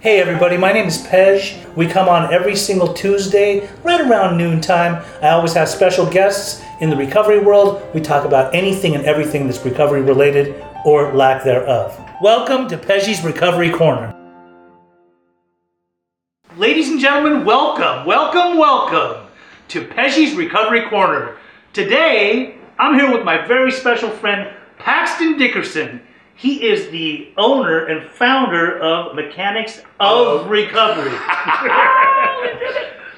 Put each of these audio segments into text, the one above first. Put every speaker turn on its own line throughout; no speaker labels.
Hey everybody, my name is Pej. We come on every single Tuesday, right around noontime. I always have special guests in the recovery world. We talk about anything and everything that's recovery related or lack thereof. Welcome to Pej's Recovery Corner. Ladies and gentlemen, welcome, welcome, welcome to Pesci's Recovery Corner. Today, I'm here with my very special friend, Paxton Dickerson. He is the owner and founder of Mechanics of Recovery.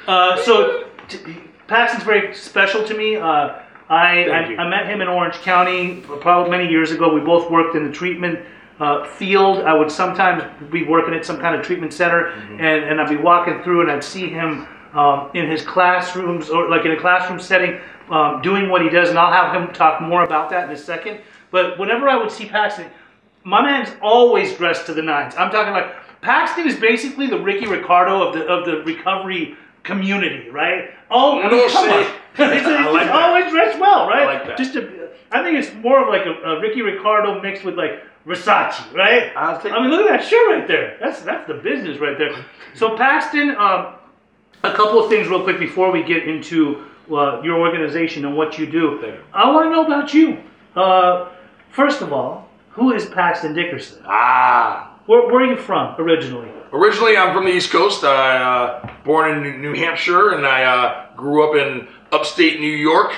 uh, so, t- Paxton's very special to me. Uh, I,
Thank
I,
you.
I met him in Orange County probably many years ago. We both worked in the treatment uh, field. I would sometimes be working at some kind of treatment center,
Mm-hmm.
and, and I'd be walking through and I'd see him um, in his classrooms or like in a classroom setting um, doing what he does, and I'll have him talk more about that in a second. But whenever I would see Paxton, my man's always dressed to the nines. I'm talking like Paxton is basically the Ricky Ricardo of the of the recovery community, right? Oh, I mean,
We'll
come
see.
on. It's-
I
it's
like that.
always dressed well, right?
like that.
Just a, I think it's more of like a, a Ricky Ricardo mixed with like Versace, right?
I think-
mean, look at that shirt right there. That's that's the business right there. So Paxton, um, a couple of things real quick before we get into uh, your organization and what you do.
Thank you.
I want to know about you. Uh, first of all, who is Paxton Dickerson?
Ah.
Where, where are you from originally?
Originally, I'm from the East Coast. I uh, born in New- New Hampshire, and I uh, grew up in upstate New York,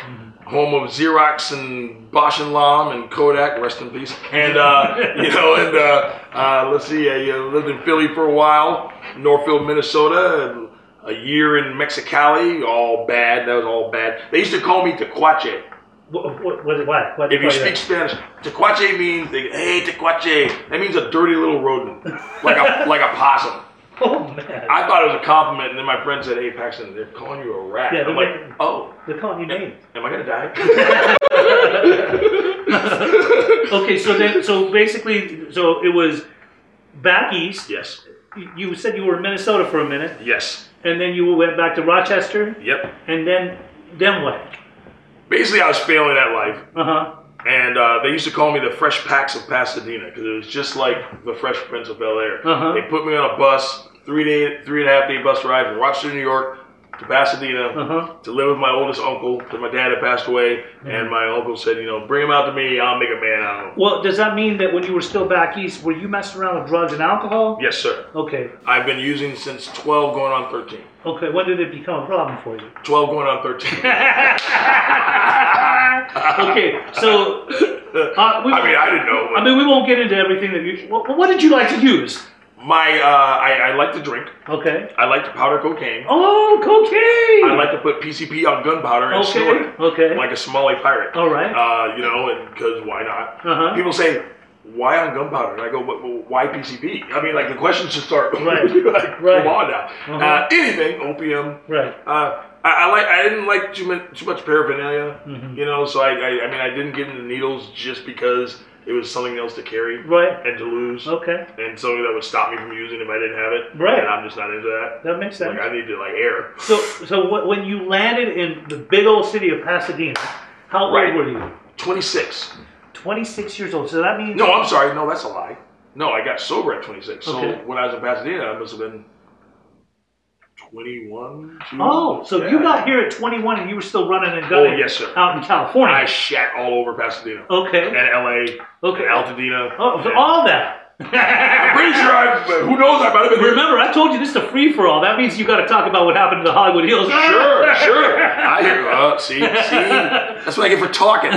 home of Xerox and Bosch and Lom and Kodak. Rest in peace. And uh, you know, and uh, uh, let's see, I uh, lived in Philly for a while, Northfield, Minnesota. And, a year in Mexicali, all bad. That was all bad. They used to call me Tequache.
What, what, what, why? Why-
If you
why
speak Spanish, tecuache means they, hey tecuache. That means a dirty little rodent, like a like a possum.
Oh man,
I thought it was a compliment, and then my friend said, "Hey Paxton, they're calling you a rat."
Yeah,
I'm
they're
like,
making-
"Oh,
they're calling you names.
am I gonna die?"
Okay, so then, so basically, so it was back east.
yes,
You said you were in Minnesota for a minute,
yes,
and then you went back to Rochester,
yep.
and then, then what?
Basically, I was failing at life,
Uh huh.
and uh, they used to call me the Fresh Pax of Pasadena because it was just like the Fresh Prince of Bel Air.
Uh-huh.
They put me on a bus, three day, three and a half day bus ride from Rochester, New York, to Pasadena.
Uh huh.
to live with my oldest uncle because my dad had passed away,
Mm-hmm.
and my uncle said, you know, bring him out to me, I'll make a man out of him.
Well, does that mean that when you were still back east, were you messing around with drugs and alcohol?
Yes, sir.
Okay.
I've been using since 12, going on 13.
Okay. When did it become a problem for you?
12 going on 13.
Uh, okay. So, uh, we,
I mean, I didn't know. but
I mean, we won't get into everything that you. What, what did you like to use?
my, uh, I, I like to drink.
Okay.
I like to powder cocaine.
Oh, cocaine.
I like to put PCP on gunpowder and
Okay.
snort it
Okay.
like a Somali pirate.
All right.
Uh, you know, and because why not?
Uh-huh.
People say, why on gunpowder? And I go, but, but why PCP? I mean, like the questions should start.
Right.
like,
Right.
Come on now.
Uh-huh.
Uh, anything, opium,
right.
Uh, I, I like. I didn't like too much too much paraphernalia,
Mm-hmm.
you know. So I, I, I mean, I didn't get into needles just because it was something else to carry
Right.
and to lose,
Okay.
and something that would stop me from using if I didn't have it.
Oh. Right.
And I'm just not into that.
That makes sense.
Like I need to like air.
So, so wh- when you landed in the big old city of Pasadena, how old
Right.
were you?
26.
26 years old. So that means
No, I'm sorry. No, that's a lie. No, I got sober at 26. So
Okay.
when I was in Pasadena, I must have been 21. two?
Oh, so
Yeah.
you got here at 21 and you were still running and
Oh
gunning
yes, sir.
out in
I
California.
shat all over Pasadena and
okay.
LA
Okay.
and Altadena.
Oh, so
and-
all that.
I'm pretty sure I. Who knows? I might have been here.
Remember, I told you this is a free for all. That means you got to talk about what happened to the Hollywood Hills.
Sure, sure. I hear. Uh, see, see. That's what I get for talking.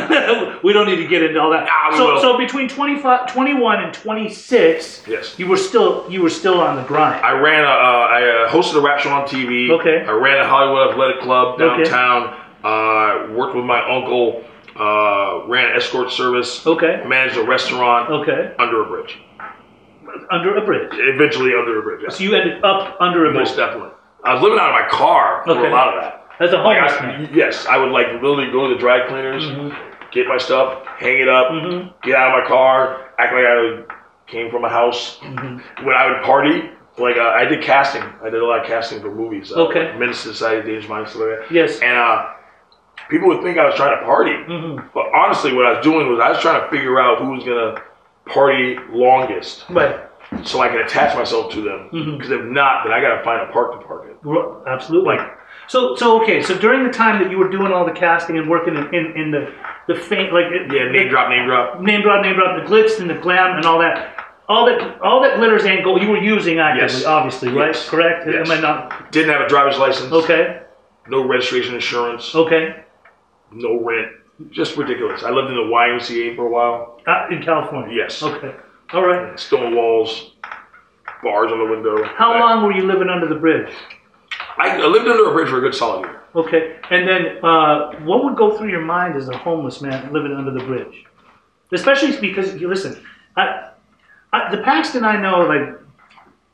we don't need to get into all that.
Nah, Ah, we
so,
will.
so between 25, 21 and 26,
Yes.
you were still you were still on the grind.
I ran a. Uh, I uh, hosted a rap show on TV.
Okay.
I ran a Hollywood Athletic Club
Okay.
downtown. Uh, worked with my uncle. Uh, ran an escort service.
Okay.
Managed a restaurant
Okay.
under a bridge.
Under a bridge.
Eventually, under a bridge. Yes.
So you ended up under a bridge.
Most definitely. I was living out of my car for
Okay.
a lot of that.
As a
Like
homeless
I-
man.
yes, I would like literally go to the dry cleaners, get my stuff, hang it up,
Mhm.
get out of my car, act like I came from a house. When I would party, like uh, I did casting, I did a lot of casting for movies. Uh,
Okay.
Like Menace to Society, Dangerous Minds, stuff like that.
Yes.
And uh, people would think I was trying to party, but honestly, what I was doing was I was trying to figure out who was gonna party longest
Right.
so I can attach myself to them. Because if not, then I got to find a park to park it.
Ro- Absolutely. So, so okay. So during the time that you were doing all the casting and working in, in, in the the faint, like it-
Yeah, name drop, name drop.
name drop, name drop, the glitz and the glam and all that, all that, all that glitters and gold you were using actively,
Yes.
obviously, right?
Yes.
Correct?
Yes.
Am I not?
Didn't have a driver's license.
Okay.
No registration insurance.
Okay.
No rent. Just ridiculous. I lived in the YMCA for a while.
Uh, in California.
Yes.
Okay. All right.
Stone walls, bars on the window.
How
I-
long were you living under the bridge?
I I lived under a bridge for a good solid year.
Okay. And then, uh, what would go through your mind as a homeless man living under the bridge? Especially because you listen, I, I, the Paxton I know, like,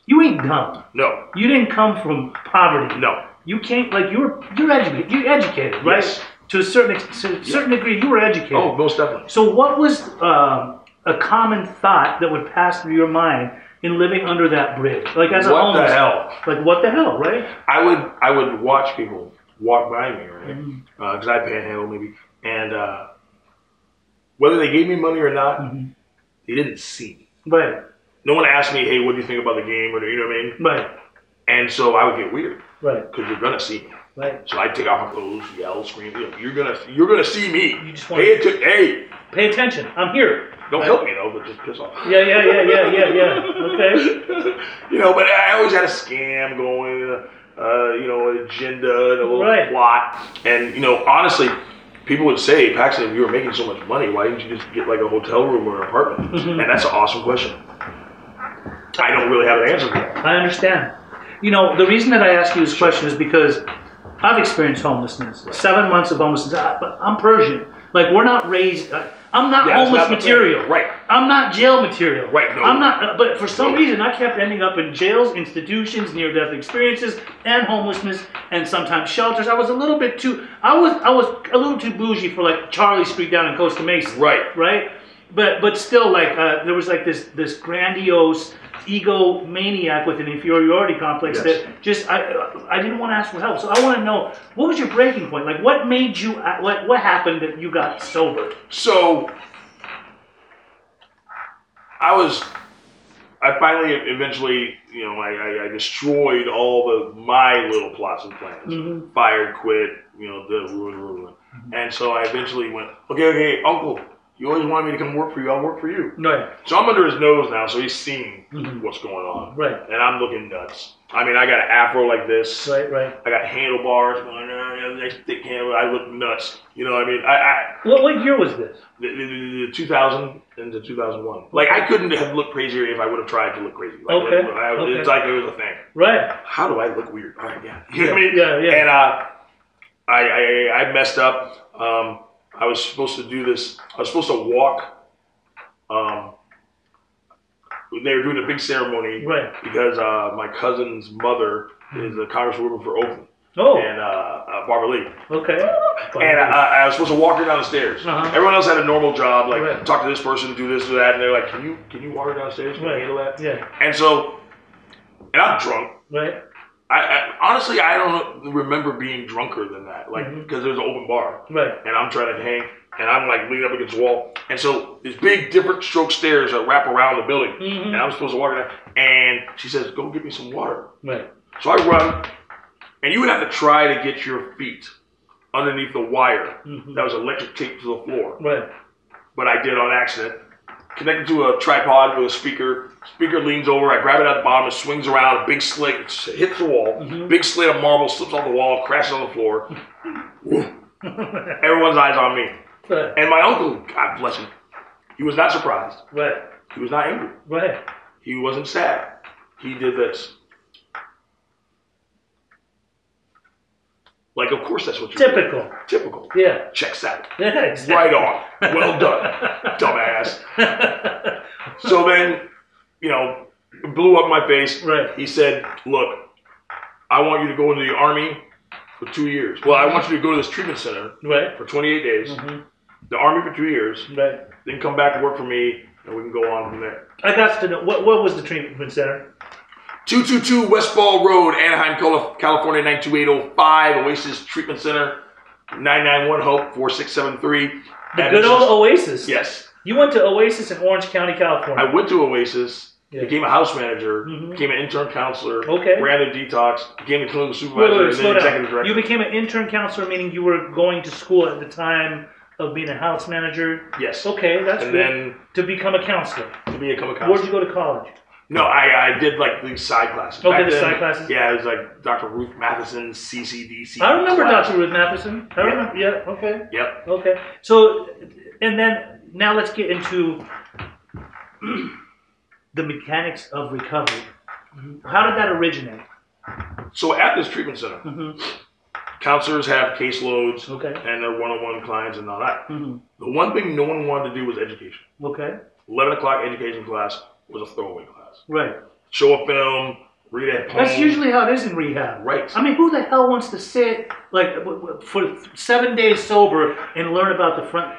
you ain't dumb.
No,
You didn't come from poverty.
no.
You came like you were you're educated. You educated, right?
Yes.
To a certain ex- to a certain degree, you were educated.
Oh, most definitely.
So, what was um, a common thought that would pass through your mind in living under that bridge? Like, as a
What the
homeless,
hell?
Like, what the hell, right?
I would I would watch people walk by me, right?
Mm-hmm.
Because I panhandle maybe, and uh, whether they gave me money or not,
Mm-hmm.
they didn't see. me.
Right,
No one asked me, "Hey, what do you think about the game?" Or you know what I mean.
right,
And so I would get weird
right,
because you're gonna see me.
right.
So I would take off my clothes, yell, scream. You know, you're gonna you're gonna see me.
You just wanna-
hey, atten- hey,
Pay attention. I'm here.
don't help me though, but just piss off.
Yeah, yeah, yeah, yeah, yeah, yeah. Okay.
you know, but I always had a scam going, uh, you know, an agenda, and a little
Right.
plot. And, you know, honestly, people would say, Paxton, if you were making so much money, why didn't you just get like a hotel room or an apartment?
Mm-hmm.
And that's an awesome question. I don't really have an answer for that.
I understand. You know, the reason that I ask you this question is because I've experienced homelessness. Seven months of homelessness. I, but I'm Persian. Like we're not raised. I, I'm not
Yeah, it's
homeless
not the thing.
material.
Right.
I'm not jail material.
Right, no.
I'm not. uh, But for some
No.
reason, I kept ending up in jails, institutions, near-death experiences, and homelessness, and sometimes shelters. I was a little bit too. I was. I was a little too bougie for like Charlie Street down in Costa Mesa
Right.
right? But but still, like uh, there was like this this grandiose ego maniac with an inferiority complex
Yes.
that just I I didn't want to ask for help. So I want to know what was your breaking point? Like what made you uh, like what happened that you got sober?
So I was, I finally eventually, you know, I, I, I destroyed all the my little plots and plans. Fired, quit, you know, the ruin, ruin, ruin. And so I eventually went, okay, okay, Uncle, you always wanted me to come work for you. I'll work for you.
Right,
So I'm under his nose now, so he's seeing what's going on.
Right.
And I'm looking nuts. I mean, I got an afro like this.
right, right.
I got handlebars going on, next thick handle. I look nuts. You know what I mean? I, I
What what year was this?
the, the, the, the 2000 and the 2001. Like I couldn't have looked crazier if I would have tried to look crazy. Like,
Okay,
I- I- It's
okay.
like it was a thing.
Right,
How do I look weird? All right, yeah. You know what I mean?
Yeah, yeah.
And uh, I, I I messed up. Um, I was supposed to do this. I was supposed to walk. Um, they were doing a big ceremony
right.
because uh, my cousin's mother is a congresswoman for Oakland
Oh,
and uh, uh, Barbara Lee.
okay.
And
uh,
I, I was supposed to walk her down the stairs.
Uh-huh.
Everyone else had a normal job, like
Right.
talk to this person, do this, do that, and they're like, "Can you can you walk her downstairs? Can
Right.
you handle that?"
Yeah.
And so, and I'm drunk.
right,
I, I honestly I don't remember being drunker than that, like
Mm-hmm.
because there's an open bar,
right,
and I'm trying to hang, and I'm like leaning up against the wall, and so these big different stroke stairs that wrap around the building,
Mhm.
and I'm supposed to walk her down, and she says, "Go get me some water."
right.
So I run, and you would have to try to get your feet underneath the wire
Mm-hmm.
that was electric taped to the floor.
Right.
But I did on accident. Connected to a tripod with a speaker. Speaker leans over. I grab it at the bottom. It swings around. A big slit hits the wall. Big slit of marble slips off the wall, crashes on the floor. Everyone's eyes on me.
Right.
And my uncle, God bless him, he was not surprised.
Right.
He was not angry.
Right.
He wasn't sad. He did this. Like, of course, that's what you do.
Typical.
Typical.
Yeah.
Checks out.
Yeah. Exactly.
Right on. Well done, dumbass. So then, you know, it blew up my face.
Right.
He said, "Look, I want you to go into the army for two years. Well, I want you to go to this treatment center
Right.
for 28 days,
Mm-hmm.
the army for two years,
Right.
then come back and work for me, and we can go on from there."
I got to know what what was the treatment center?
222 Westfall Road, Anaheim, Cali- California 92805, Oasis Treatment Center, 991 Hope 4673.
The
And
good
it's
old
just-
Oasis.
Yes.
You went to Oasis in Orange County, California.
I went to Oasis
Yeah.
Became a house manager,
Mhm.
became an intern counselor,
Okay.
ran the detox, became the clinical
Wait,
supervisor,
wait, wait,
and then
slow
executive
down.
director.
You became an intern counselor, meaning you were going to school at the time of being a house manager.
yes.
Okay, Oh, that's
And
good.
then
to become a counselor.
to become a
Where'd
counselor.
you go to college?
No, I, I did like these side classes.
Okay,
Back
the
then,
side classes.
Yeah, it was like Dr. Ruth Matheson, CCDC.
I remember
class.
Dr. Ruth Matheson. I
Yeah.
remember. Yeah. Okay.
Yep.
Okay. So, and then now let's get into the mechanics of recovery.
Mm-hmm.
How did that originate?
So at this treatment center,
Mhm.
counselors have caseloads
Okay.
and their one-on-one clients and all that.
Mhm.
The one thing no one wanted to do was education.
Okay.
11 o'clock education class was a throwaway class.
Right.
Show a film, read a poem.
That's usually how it is in rehab.
Right.
I mean, who the hell wants to sit like w- w- for seven days sober and learn about the front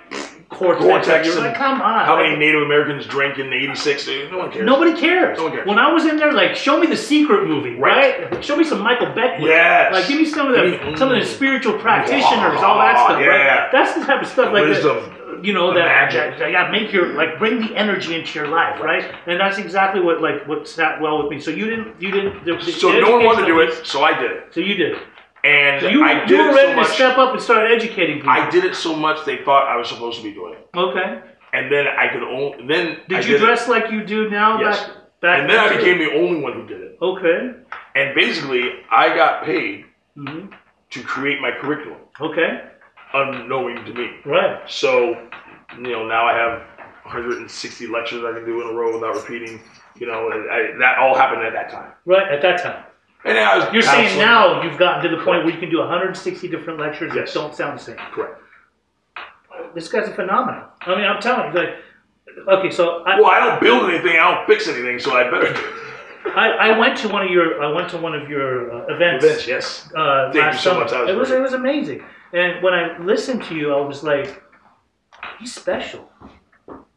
cortex?
Cortex
You're
and
like, come on.
How many Native Americans drank in 86? No one cares.
Nobody cares.
No one cares.
When I was in there, like, show me the secret movie,
Right.
right? Show me some Michael Beckman.
Yes.
Like, give me some of the
Give me-
some of the
mm.
spiritual practitioners, all that
Wow,
stuff. right?
yeah.
That's the type of stuff like that-
wisdom,
you know
the
that
magic.
that- yeah, make your like bring the energy into your life, right? And that's exactly what like what sat well with me. So you didn't you didn't. The, the
So no one wanted to do
educational
it, so I did it.
piece- So you did.
And
So you
I did
you were
it
ready
so
to
much.
step up and start educating people.
I did it so much they thought I was supposed to be doing it.
Okay.
And then I could only then
Did
I
you
it.
dress like you do now?
Yes.
Back, back
And then I
then, too?
became the only one who did it.
Okay.
And basically, I got paid
hmm
to create my curriculum,
Okay.
unknowing to me.
Right.
So, you know, now I have 160 lectures I can do in a row without repeating. You know, and I, that all happened at that time.
Right. At that time.
And then I was
You're saying
counseling-
now you've gotten to the point where you can do 160 different lectures
Yes.
that don't sound the same.
Correct.
This guy's a phenomenon. I mean, I'm telling you, like, okay, so I,
Well, I don't build anything. I don't fix anything. So I better do it.
I, I went to one of your I went to one of your uh, events.
Vince, yes.
Uh,
Thank you
last
so
summer.
much. That was
it was
great.
it was amazing. And when I listened to you, I was like, he's special.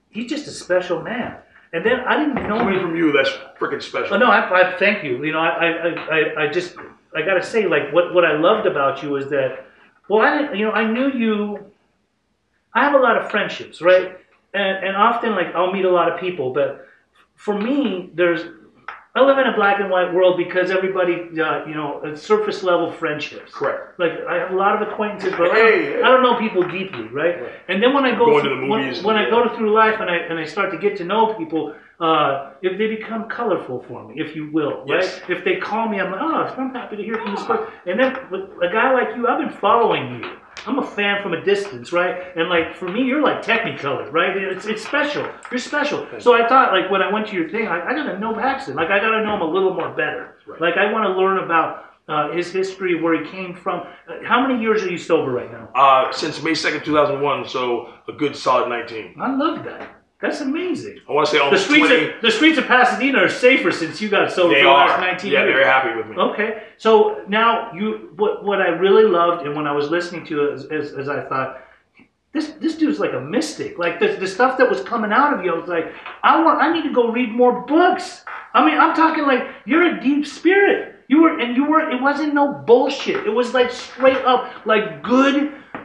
He's just a special man. And then I didn't know
Coming
him.
from you, that's freaking special.
Oh, no, I, I thank you. You know, I, I, I- I, I just, I gotta say, like, what, what I loved about you is that, well, I didn't, you know, I knew you. I have a lot of friendships, right? And, and often, like, I'll meet a lot of people, but for me, there's, I live in a black and white world because everybody, uh, you know, it's surface level friendships.
Correct.
Like I have a lot of acquaintances, but I,
Hey,
don't,
hey.
I don't know people deeply, right?
Right.
And then when I go
Going
through,
to the movies
when, when
and-
I go through life and I and I start to get to know people, uh, if they become colorful for me, if you will,
Yes.
right? If they call me, I'm like, oh, I'm happy to hear from this person. And then with a guy like you, I've been following you. I'm a fan from a distance, right? And like for me, you're like Technicolor, right? It's, it's special. You're special. So I thought, like when I went to your thing, I, I gotta know Paxton. Like I gotta know him a little more better.
Right.
Like I want to learn about uh, his history, where he came from. Uh, how many years are you sober right now?
Uh, since May 2nd, 2001, so a good solid 19.
I love that. That's amazing.
I want to say
The
almost
streets
20.
of the streets of Pasadena are safer since you got sober
They
for the
are.
last 19
yeah,
years. Oh,
they're happy with me.
Okay, so now you what what I really loved and when I was listening to it as, as, as I thought this this dude's like a mystic like the, the stuff that was coming out of you I was like I want I need to go read more books I mean I'm talking like you're a deep spirit you were and you were it wasn't no bullshit it was like straight up like good uh,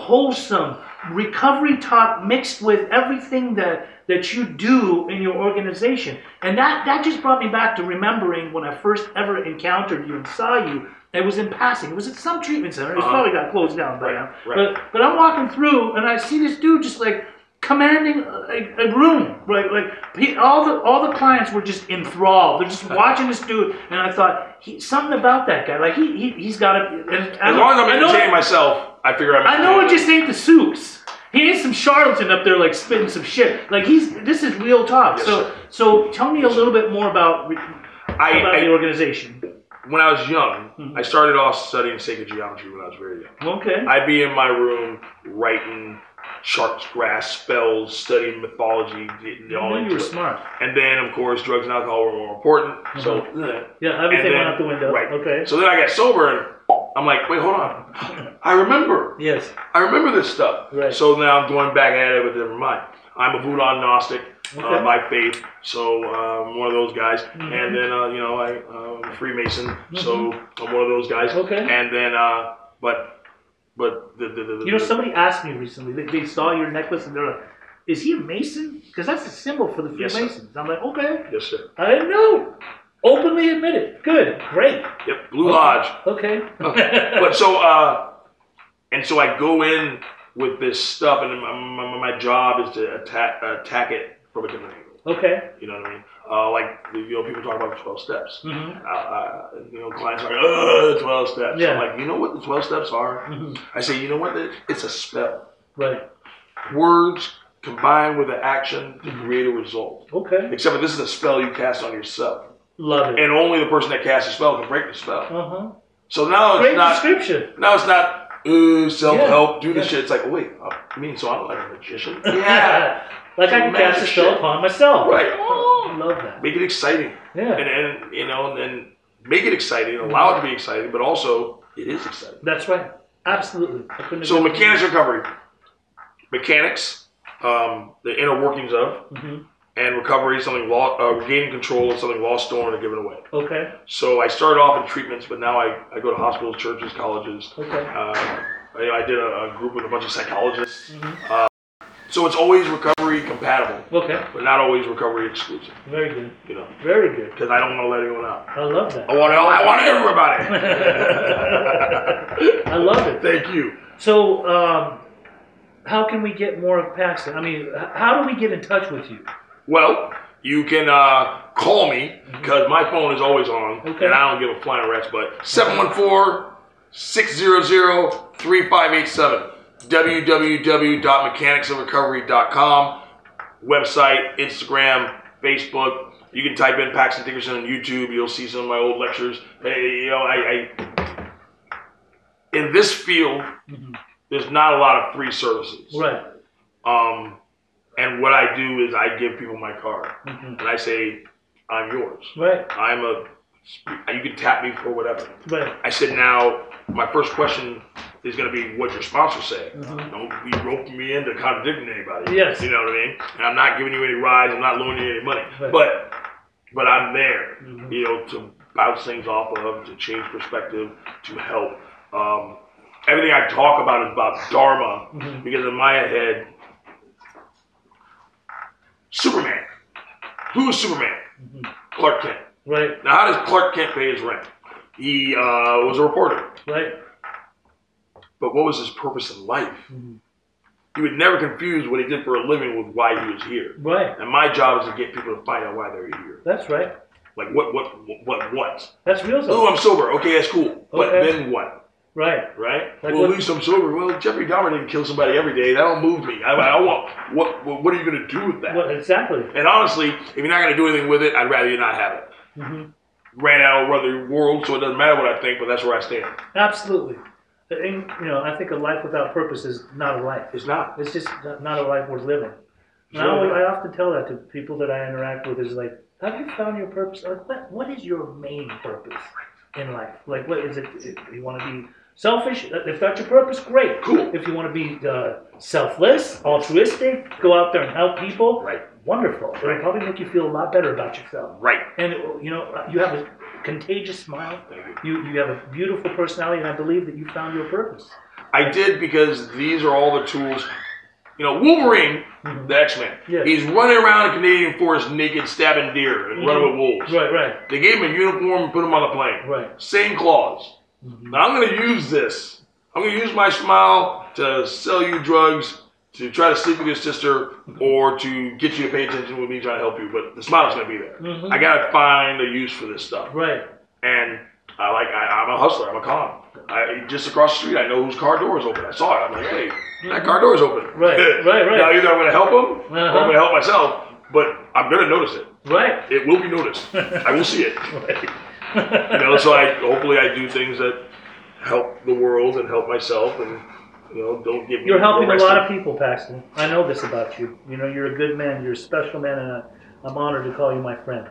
wholesome recovery talk mixed with everything that that you do in your organization and that that just brought me back to remembering when i first ever encountered you and saw you it was in passing it was at some treatment center it's
Uh-huh.
probably got closed down by
Right,
now
right.
but but i'm walking through and i see this dude just like commanding a, a room right like he, all the all the clients were just enthralled they're just watching this dude and i thought he, something about that guy like he, he he's got a and I
As
don't-
long as I'm
I know-
entertaining myself, I figure I'm
I know it
entertaining.
just ain't the soups. He ain't some charlatan up there like spitting some shit. Like he's this is real talk.
Yes,
so
sir.
so tell me a little bit more about re-
I-
about Mm-hmm.
I-
the organization.
When I was young, I started off studying sacred geometry when I was very young.
Okay.
I'd be in my room writing charts, graphs, spells, studying mythology, getting all
I knew
into
you were
it.
smart.
And then, of course, drugs and alcohol were more important.
Mm-hmm.
So,
Yeah,
and
everything
then,
went out the window.
Right.
Okay.
So then I got sober, and I'm like, wait, hold on. I remember.
yes.
I remember this stuff.
Right.
So now I'm going back at it with never mind. I'm a Buddha agnostic uh,
Okay. Mm-hmm.
by faith, so uh, I'm one of those guys. And then uh, you know I, uh, I'm a Freemason, so I'm one of those guys.
Okay.
And then uh, but but the, the, the, the
You know, somebody asked me recently. They, they saw your necklace and they're like, is he a Mason? Because that's the symbol for the
Yes, sir.
Freemasons. I'm like, okay,
Yes, sir.
I didn't know. Openly admit it. Good, great,
Yep. Blue Lodge.
okay.
but so uh, and so I go in with this stuff, and my, my, my job is to attack attack it from a different angle.
okay.
You know what I mean? Uh, like you know, people talk about the twelve steps.
Mhm.
Uh, uh, you know, clients are Ugh, the twelve steps.
Yeah.
I'm like, you know what the twelve steps are?
Mhm.
I say, you know what? It's a spell.
Right.
Words combined with an action to create a result.
Okay.
Except that this is a spell you cast on yourself,
Love it.
and only the person that casts the spell can break the spell.
Uh huh.
So now it's
Great
not
description.
Now it's not uh, self help, do
yeah.
this shit. It's like, wait, uh, I mean, so I'm like a magician? Yeah.
like I can cast a
Magic
spell
shit.
upon myself.
right.
I love that.
Make it exciting. And,
Yeah.
and you know, and, and make it exciting, allow it to be exciting, but also it is exciting.
That's right. Absolutely. I couldn't
So,
agree more.
mechanics recovery, mechanics, um, the inner workings of,
Mhm.
and recovery, something lost, uh, regaining control of something lost, stolen, or given away.
Okay.
So, I started off in treatments, but now I, I go to hospitals, churches, colleges.
Okay.
Uh, I, I did a, a group with a bunch of psychologists.
Mhm.
So it's always recovery compatible,
Okay.
but not always recovery exclusive.
Very good.
You know,
Very good.
because I don't want to let anyone out.
I love that.
I want I want everybody.
I love it.
Thank you.
So, um, how can we get more of Paxton? I mean, h- how do we get in touch with you?
Well, you can uh, call me because my phone is always on,
Mm-hmm. Okay.
and I don't give a flying rat's butt. 714-600-3587. www.mechanicsofrecovery.com. Website, Instagram, Facebook. You can type in Paxton Dickerson on YouTube. You'll see some of my old lectures. Hey, you know, I, I in this field, there's not a lot of free services.
Right.
Um, and what I do is I give people my card
Mhm.
and I say, I'm yours.
Right.
I'm a, you can tap me for whatever.
Right.
I said, now, my first question is going to be what your sponsor said.
Mhm.
Don't be roping me into contradicting anybody.
Yes.
You know what I mean? And I'm not giving you any rides. I'm not loaning you any money.
Right.
But, but I'm there,
Mhm.
you know, to bounce things off of, to change perspective, to help. Um, everything I talk about is about Dharma
Mhm.
because in my head, Superman. Who is Superman?
Mhm.
Clark Kent.
Right.
Now, how does Clark Kent pay his rent? He uh, was a reporter,
Right.
but what was his purpose in life?
Mhm.
You would never confuse what he did for a living with why he was here.
Right.
And my job is to get people to find out why they're here.
That's right.
Like what, what, what, what? what?
That's real.
Oh,
Though.
I'm sober. Okay, that's cool. But
Okay.
then what?
Right.
Right?
Like
well,
what-
at least I'm sober. Well, Jeffrey Dahmer didn't kill somebody every day. That don't move me. I, I want. What? What what are you going to do with that?
Well, exactly.
And honestly, if you're not going to do anything with it, I'd rather you not have it.
hmm
Ran out of the world, so it doesn't matter what I think, but that's where I stand.
Absolutely. And, you know, I think a life without purpose is not a life.
It's not.
It's just not, not a life worth living. And I,
Sure.
always, I often tell that to people that I interact with is like, have you found your purpose? Like, what, what is your main purpose in life? Like, what is it? If you want to be selfish, uh, if that's your purpose, great.
Cool.
If you want to be uh, selfless, altruistic, go out there and help people,
Right.
Wonderful. It'll
Right.
probably make you feel a lot better about yourself.
Right.
And uh, you know, you have a contagious smile.
Thank you.
You you have a beautiful personality, and I believe that you found your purpose.
I did because these are all the tools. You know, Wolverine, the X Man,
Yeah.
he's running around the Canadian forest naked, stabbing deer and running with wolves.
Right, right,
They gave him a uniform and put him on the plane.
right.
Same claws. Now I'm going to use this. I'm going to use my smile to sell you drugs, to try to sleep with your sister, or to get you to pay attention with me trying to help you. But the smile's going to be there.
Mhm.
I got to find a use for this stuff.
Right.
And I like I, I'm a hustler. I'm a con. I just across the street. I know whose car door is open. I saw it. I'm like, hey, that car door is open.
Right, right, right.
now either I'm going to help him or
Uh-huh.
I'm going to help myself. But I'm going to notice it.
Right.
It will be noticed. I will see it. You know, so I hopefully I do things that help the world and help myself, and you know, don't give me.
You're helping a
arrested.
lot of people, Paxton. I know this about you. You know, you're a good man. You're a special man, and I, I'm honored to call you my friend.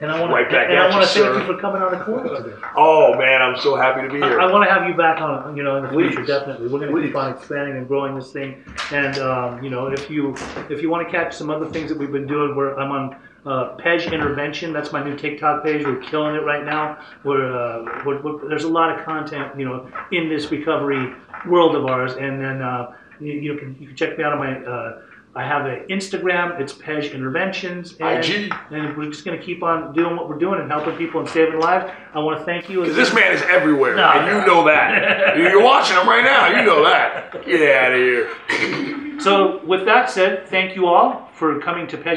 And I want
Right
to
back
and
at
I
you,
want to thank
sir.
you for coming on the corner today.
Oh man, I'm so happy to be here.
I, want to have you back on, you know, in the future.
Please.
Definitely, we're going to keep
Please.
on expanding and growing this thing. And um, you know, if you if you want to catch some other things that we've been doing, where I'm on uh, Pej Intervention. That's my new TikTok page. We're killing it right now. We're, uh, we're, we're there's a lot of content, you know, in this recovery world of ours. And then uh, you, you can you can check me out on my. Uh, I have an Instagram. It's Pej Interventions. And,
IG.
and we're just going to keep on doing what we're doing and helping people and saving lives. I want to thank you.
Because this man is everywhere,
No.
and you know that. You're watching him right now. You know that. Get out of here.
So, with that said, thank you all for coming to Pej